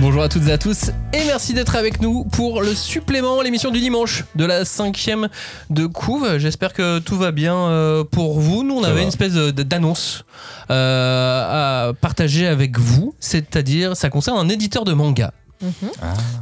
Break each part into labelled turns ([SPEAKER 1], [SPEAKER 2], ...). [SPEAKER 1] Bonjour à toutes et à tous et merci d'être avec nous pour le supplément, l'émission du dimanche de la cinquième de couve. J'espère que tout va bien euh, pour vous. Nous, on
[SPEAKER 2] Ça
[SPEAKER 1] avait
[SPEAKER 2] va.
[SPEAKER 1] une espèce de- d'annonce euh, à partager avec vous, c'est-à-dire ça concerne un éditeur de manga.
[SPEAKER 3] Mhm.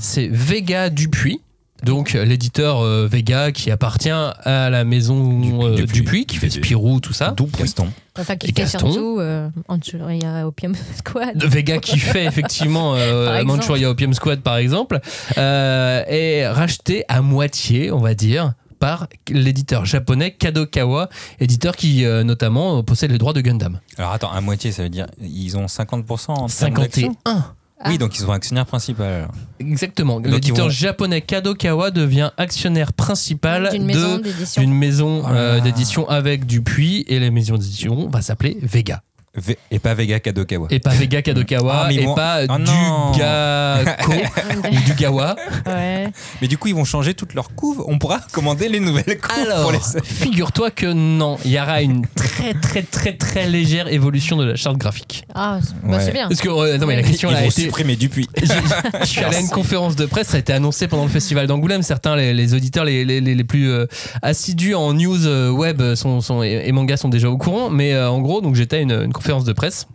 [SPEAKER 1] C'est Vega Dupuis. Donc euh, l'éditeur euh, Vega qui appartient à la maison
[SPEAKER 2] Dupuis,
[SPEAKER 1] euh, Dupuis,
[SPEAKER 2] Dupuis.
[SPEAKER 1] qui
[SPEAKER 2] Il
[SPEAKER 1] fait
[SPEAKER 2] fait des-
[SPEAKER 1] Spirou, tout ça.
[SPEAKER 2] D'où Gaston.
[SPEAKER 3] Enfin, qui
[SPEAKER 1] Et
[SPEAKER 3] fait
[SPEAKER 1] Gaston.
[SPEAKER 3] surtout euh, Angeloria Opium Squad.
[SPEAKER 1] De Vega qui fait effectivement euh,
[SPEAKER 3] Par exemple.
[SPEAKER 1] Manchuria Opium Squad par exemple euh, est racheté à moitié on va dire par l'éditeur japonais Kadokawa éditeur qui euh, notamment euh, possède les droits de Gundam
[SPEAKER 2] Alors attends, à moitié, ça veut dire ils ont 50% en termes d'action
[SPEAKER 1] 51
[SPEAKER 2] Oui, donc ils sont actionnaires principal. alors.
[SPEAKER 1] exactement
[SPEAKER 2] ils
[SPEAKER 1] l'éditeur
[SPEAKER 2] vont-
[SPEAKER 1] japonais Kadokawa devient actionnaire principal
[SPEAKER 3] D'une maison
[SPEAKER 1] de
[SPEAKER 3] d'édition. Oh
[SPEAKER 1] d'une maison euh,
[SPEAKER 2] Ah.
[SPEAKER 1] d'édition avec Dupuis et la maison d'édition va s'appeler Vega
[SPEAKER 2] V- Et pas Vega Kadokawa.
[SPEAKER 1] et pas Vega Kadokawa
[SPEAKER 2] Ah, mais ils
[SPEAKER 1] et
[SPEAKER 2] vont-
[SPEAKER 1] pas
[SPEAKER 2] Oh non.
[SPEAKER 1] Dugako ou Dugawa
[SPEAKER 3] Ouais.
[SPEAKER 2] Mais du coup, ils vont changer toutes leurs couves. On pourra commander les nouvelles couves
[SPEAKER 1] Alors,
[SPEAKER 2] pour les.
[SPEAKER 1] figure-toi que non, il y aura une très très très très légère évolution de la charte graphique.
[SPEAKER 3] Ah, c'est bah,
[SPEAKER 2] Ouais.
[SPEAKER 3] c'est bien.
[SPEAKER 1] Parce que euh, non mais la
[SPEAKER 3] Ils
[SPEAKER 1] question
[SPEAKER 2] ils
[SPEAKER 1] là, a
[SPEAKER 2] vont
[SPEAKER 1] été.
[SPEAKER 2] supprimer Dupuis.
[SPEAKER 1] Je suis allé à une conférence de presse, ça a été annoncé pendant le festival d'Angoulême. Certains, les, les auditeurs les, les, les- les plus euh, assidus en news euh, web sont, sont- et, et manga sont déjà au courant. Mais euh, en gros, donc j'étais à une, une conférence de presse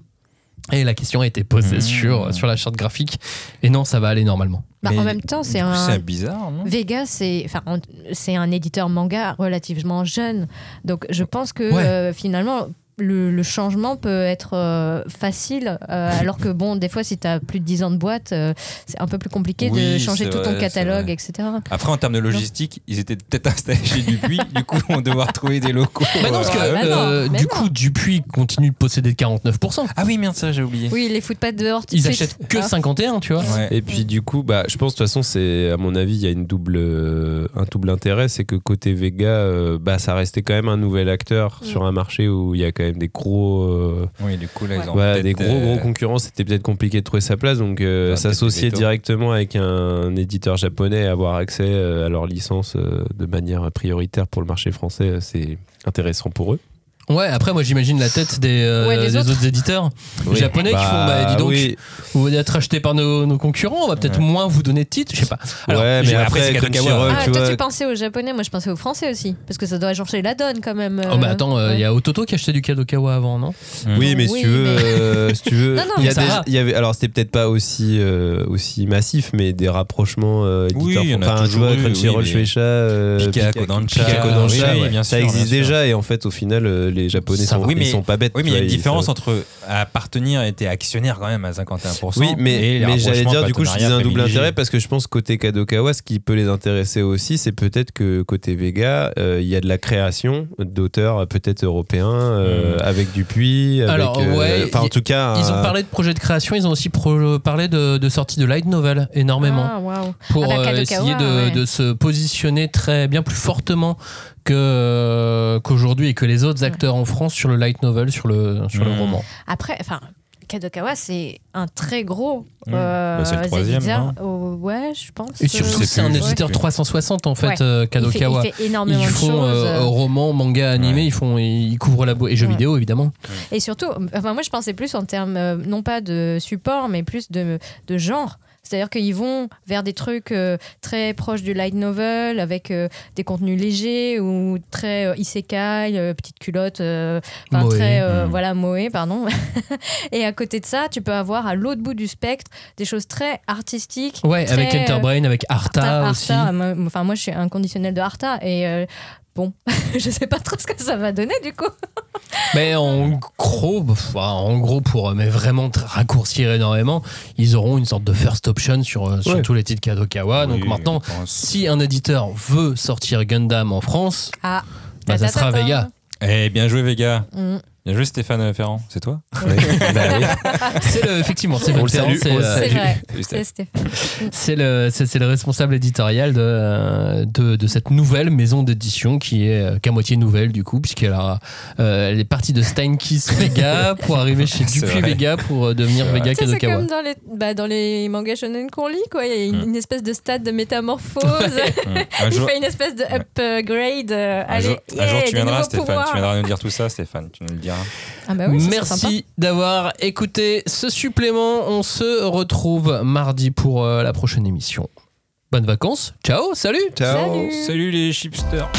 [SPEAKER 1] et la question a été posée
[SPEAKER 2] Mmh.
[SPEAKER 1] sur, sur la charte graphique. Et non, ça va aller normalement.
[SPEAKER 3] Bah,
[SPEAKER 2] Mais
[SPEAKER 3] en même temps,
[SPEAKER 2] Du
[SPEAKER 3] c'est
[SPEAKER 2] coup,
[SPEAKER 3] un.
[SPEAKER 2] bizarre, non
[SPEAKER 3] Vega, c'est enfin, en- c'est un éditeur manga relativement jeune. Donc, je pense que
[SPEAKER 1] Ouais.
[SPEAKER 3] euh, finalement. Le, le changement peut être euh, facile, euh, alors que bon, des fois, si tu as plus de 10 ans de boîte, euh, c'est un peu plus compliqué de
[SPEAKER 2] Oui,
[SPEAKER 3] changer
[SPEAKER 2] c'est
[SPEAKER 3] tout ton
[SPEAKER 2] vrai, c'est
[SPEAKER 3] catalogue,
[SPEAKER 2] vrai.
[SPEAKER 3] etc.
[SPEAKER 2] Après, en termes de logistique, ils étaient peut-être installés chez Dupuis. du coup, on va devoir trouver des locaux.
[SPEAKER 1] Bah non, parce que
[SPEAKER 3] Ouais, mais non,
[SPEAKER 1] euh,
[SPEAKER 3] mais
[SPEAKER 1] du
[SPEAKER 3] non.
[SPEAKER 1] coup, Dupuis continue de posséder 49%.
[SPEAKER 2] Ah oui, merde, ça, j'ai oublié.
[SPEAKER 3] Oui, ils les foutent pas dehors tout de
[SPEAKER 1] Ils
[SPEAKER 3] suite.
[SPEAKER 1] achètent que
[SPEAKER 3] Ah.
[SPEAKER 1] 51, tu vois.
[SPEAKER 2] Ouais.
[SPEAKER 4] Et puis du coup, bah, je pense de toute façon, c'est à mon avis, il y a une double, euh, un double intérêt, c'est que côté Vega, euh, bah, ça restait quand même un nouvel acteur
[SPEAKER 3] Mm.
[SPEAKER 4] sur un marché où il y a quand même des gros, euh,
[SPEAKER 2] Oui, du coup, là, ils ont
[SPEAKER 4] voilà,
[SPEAKER 2] peut-être,
[SPEAKER 4] des gros
[SPEAKER 2] euh,
[SPEAKER 4] gros concurrents. C'était peut-être compliqué de trouver sa place, donc euh,
[SPEAKER 2] Ils ont
[SPEAKER 4] s'associer
[SPEAKER 2] peut-être des veto.
[SPEAKER 4] directement avec un éditeur japonais et avoir accès euh, à leur licence euh, de manière prioritaire pour le marché français, euh, c'est intéressant pour eux.
[SPEAKER 1] Ouais, après, moi j'imagine la tête des, euh,
[SPEAKER 3] Ouais, des
[SPEAKER 1] des autres.
[SPEAKER 3] autres.
[SPEAKER 1] éditeurs. Les Japonais qui font, bah, dis donc,
[SPEAKER 4] oui.
[SPEAKER 1] Vous allez être acheté par nos, nos concurrents, on va peut-être
[SPEAKER 2] Ouais.
[SPEAKER 1] moins vous donner de titres, je sais pas. Alors,
[SPEAKER 4] ouais,
[SPEAKER 1] j'ai-
[SPEAKER 4] mais
[SPEAKER 2] après, c'est
[SPEAKER 4] après,
[SPEAKER 2] Kadokawa.
[SPEAKER 4] Crunchyroll,
[SPEAKER 3] Ah,
[SPEAKER 4] tu
[SPEAKER 3] toi,
[SPEAKER 4] vois,
[SPEAKER 3] tu pensais aux japonais, moi je pensais aux français aussi, parce que ça doit changer la donne quand même.
[SPEAKER 1] Oh,
[SPEAKER 3] euh,
[SPEAKER 1] bah attends, il
[SPEAKER 3] ouais.
[SPEAKER 1] y a Ototo qui a acheté du Kadokawa avant, non
[SPEAKER 2] Mmh.
[SPEAKER 4] Oui, mais
[SPEAKER 3] Oui,
[SPEAKER 4] si tu veux,
[SPEAKER 3] mais-
[SPEAKER 4] euh, si tu veux,
[SPEAKER 3] Non, non,
[SPEAKER 4] il y a
[SPEAKER 1] mais ça
[SPEAKER 4] des-
[SPEAKER 1] va.
[SPEAKER 4] il y avait, alors c'était peut-être pas aussi euh, aussi massif, mais des rapprochements euh,
[SPEAKER 2] Oui,
[SPEAKER 4] éditeurs-
[SPEAKER 2] il y en a
[SPEAKER 4] enfin, tu
[SPEAKER 2] toujours
[SPEAKER 4] vois,
[SPEAKER 2] eu, oui,
[SPEAKER 4] Crunchyroll,
[SPEAKER 2] mais-
[SPEAKER 4] Shueisha, euh,
[SPEAKER 2] Pika,
[SPEAKER 4] Pika-
[SPEAKER 2] Kodansha,
[SPEAKER 4] Pika,
[SPEAKER 1] oui,
[SPEAKER 4] Kodansha,
[SPEAKER 2] oui,
[SPEAKER 4] ouais.
[SPEAKER 2] bien
[SPEAKER 4] ça
[SPEAKER 2] sûr,
[SPEAKER 4] existe
[SPEAKER 2] bien sûr.
[SPEAKER 4] déjà et en fait au final euh, les Japonais
[SPEAKER 1] Ça
[SPEAKER 4] sont,
[SPEAKER 1] va.
[SPEAKER 2] Oui,
[SPEAKER 4] ils
[SPEAKER 2] mais-
[SPEAKER 4] sont pas bêtes.
[SPEAKER 2] Oui, mais il y a
[SPEAKER 4] tu
[SPEAKER 2] une
[SPEAKER 4] vois, ils-
[SPEAKER 2] différence
[SPEAKER 4] ça-
[SPEAKER 2] entre appartenir et t'es actionnaire quand même à 51%.
[SPEAKER 4] Oui, mais,
[SPEAKER 2] et les
[SPEAKER 4] mais j'allais
[SPEAKER 2] rapprochements,
[SPEAKER 4] dire du coup je disais un
[SPEAKER 2] partenariat
[SPEAKER 4] double
[SPEAKER 2] privilégié.
[SPEAKER 4] intérêt parce que je pense côté Kadokawa, ce qui peut les intéresser aussi, c'est peut-être que côté Vega, euh, il y a de la création d'auteurs euh, peut-être européens euh,
[SPEAKER 2] Mmh.
[SPEAKER 4] avec Dupuis, avec,
[SPEAKER 1] Alors,
[SPEAKER 4] euh,
[SPEAKER 1] ouais,
[SPEAKER 4] enfin en
[SPEAKER 1] y-
[SPEAKER 4] tout cas
[SPEAKER 1] Ils ont
[SPEAKER 4] un-
[SPEAKER 1] parlé de projet de création, ils ont aussi pro- parlé de, de sortie de light novel énormément.
[SPEAKER 3] Ah, waouh.
[SPEAKER 1] Pour
[SPEAKER 3] Ah bah,
[SPEAKER 1] euh,
[SPEAKER 3] Kadokawa,
[SPEAKER 1] essayer de,
[SPEAKER 3] ouais.
[SPEAKER 1] de se positionner très bien plus fortement que euh, qu'aujourd'hui et que les autres acteurs en France sur le light novel, sur le, sur le
[SPEAKER 4] Mmh.
[SPEAKER 2] Mhm.
[SPEAKER 1] roman.
[SPEAKER 3] Après, enfin, Kadokawa, c'est un très gros.
[SPEAKER 2] Oui.
[SPEAKER 3] euh,
[SPEAKER 2] Bah, c'est le troisième,
[SPEAKER 3] éditeur. Oh, ouais, je pense.
[SPEAKER 1] Et
[SPEAKER 2] Je
[SPEAKER 1] surtout,
[SPEAKER 2] sais
[SPEAKER 3] Euh,
[SPEAKER 1] c'est un
[SPEAKER 2] plus, je sais
[SPEAKER 1] éditeur
[SPEAKER 2] plus.
[SPEAKER 1] 360 en
[SPEAKER 3] Ouais.
[SPEAKER 1] fait, euh,
[SPEAKER 3] il fait-
[SPEAKER 1] Kadokawa.
[SPEAKER 3] Il fait, énormément
[SPEAKER 1] Ils
[SPEAKER 3] de
[SPEAKER 1] font
[SPEAKER 3] choses.
[SPEAKER 1] euh, romans, mangas, animés,
[SPEAKER 2] Ouais.
[SPEAKER 1] ils font, ils couvrent la boîte et jeux
[SPEAKER 3] Ouais.
[SPEAKER 1] vidéo évidemment.
[SPEAKER 3] Et surtout, enfin, moi, je pensais plus en termes, euh, non pas de support, mais plus de, de genre. C'est-à-dire qu'ils vont vers des trucs euh, très proches du light novel, avec euh, des contenus légers ou très euh, isekai, euh, petite culotte, euh, enfin
[SPEAKER 1] Moe. Hmm.
[SPEAKER 3] très, euh,
[SPEAKER 2] Mm.
[SPEAKER 3] voilà, moé, pardon. Et à côté de ça, tu peux avoir à l'autre bout du spectre des choses très artistiques.
[SPEAKER 1] Ouais,
[SPEAKER 3] très,
[SPEAKER 1] avec Enterbrain, avec Arta,
[SPEAKER 3] Arta, euh.
[SPEAKER 1] aussi.
[SPEAKER 3] Arta, moi- enfin moi je suis inconditionnelle de Arta et euh, bon, je sais pas trop ce que ça va donner du coup.
[SPEAKER 1] Mais en gros, pff, en gros pour euh, mais vraiment tr- raccourcir énormément, ils auront une sorte de first option sur, euh, sur
[SPEAKER 4] Ouais.
[SPEAKER 1] tous les titres Kadokawa. Donc
[SPEAKER 2] Oui,
[SPEAKER 1] maintenant,
[SPEAKER 2] je pense.
[SPEAKER 1] si un éditeur veut sortir Gundam en France,
[SPEAKER 3] Ah,
[SPEAKER 1] bah, ça sera
[SPEAKER 3] Ta-ta-ta-ta.
[SPEAKER 1] Vega.
[SPEAKER 2] Eh, bien joué, Vega.
[SPEAKER 3] Mm.
[SPEAKER 2] Bien joué, Stéphane Ferrand. C'est toi
[SPEAKER 4] Ouais. Bah oui.
[SPEAKER 1] C'est le- effectivement, c'est
[SPEAKER 4] On
[SPEAKER 1] le
[SPEAKER 4] le salue,
[SPEAKER 1] c'est,
[SPEAKER 4] on le
[SPEAKER 1] euh,
[SPEAKER 3] C'est
[SPEAKER 4] Salut.
[SPEAKER 3] vrai.
[SPEAKER 2] Juste-
[SPEAKER 3] C'est Stéphane.
[SPEAKER 1] C'est le, c'est, c'est le responsable éditorial de, euh, de, de cette nouvelle maison d'édition qui est euh, qu'à moitié nouvelle du coup, puisqu'elle a, euh, elle est partie de Steinkiss Vega pour arriver chez
[SPEAKER 2] C'est
[SPEAKER 1] Dupuis
[SPEAKER 2] vrai.
[SPEAKER 1] Vega pour euh, devenir
[SPEAKER 2] C'est
[SPEAKER 1] Vega
[SPEAKER 3] Tu sais, C'est
[SPEAKER 1] Kadokawa.
[SPEAKER 3] comme dans les, bah, dans les mangas shonen qu'on lit quoi. Il y a une,
[SPEAKER 2] Mm.
[SPEAKER 3] une espèce de stade de métamorphose.
[SPEAKER 2] un
[SPEAKER 3] Il
[SPEAKER 2] jour,
[SPEAKER 3] fait une espèce de upgrade. euh,
[SPEAKER 2] un
[SPEAKER 3] allez,
[SPEAKER 2] jour- un
[SPEAKER 3] yeah,
[SPEAKER 2] jour,
[SPEAKER 3] des
[SPEAKER 2] tu viendras,
[SPEAKER 3] nouveaux
[SPEAKER 2] Stéphane.
[SPEAKER 3] pouvoirs.
[SPEAKER 2] Tu viendras nous dire tout ça, Stéphane. Tu nous le plaisir. hein.
[SPEAKER 3] Ah bah oui, ça, c'est sympa.
[SPEAKER 1] Merci d'avoir écouté ce supplément. On se retrouve mardi pour euh, la prochaine émission. Bonnes vacances. Ciao, salut
[SPEAKER 4] Ciao
[SPEAKER 3] Salut.
[SPEAKER 2] Salut les chipsters.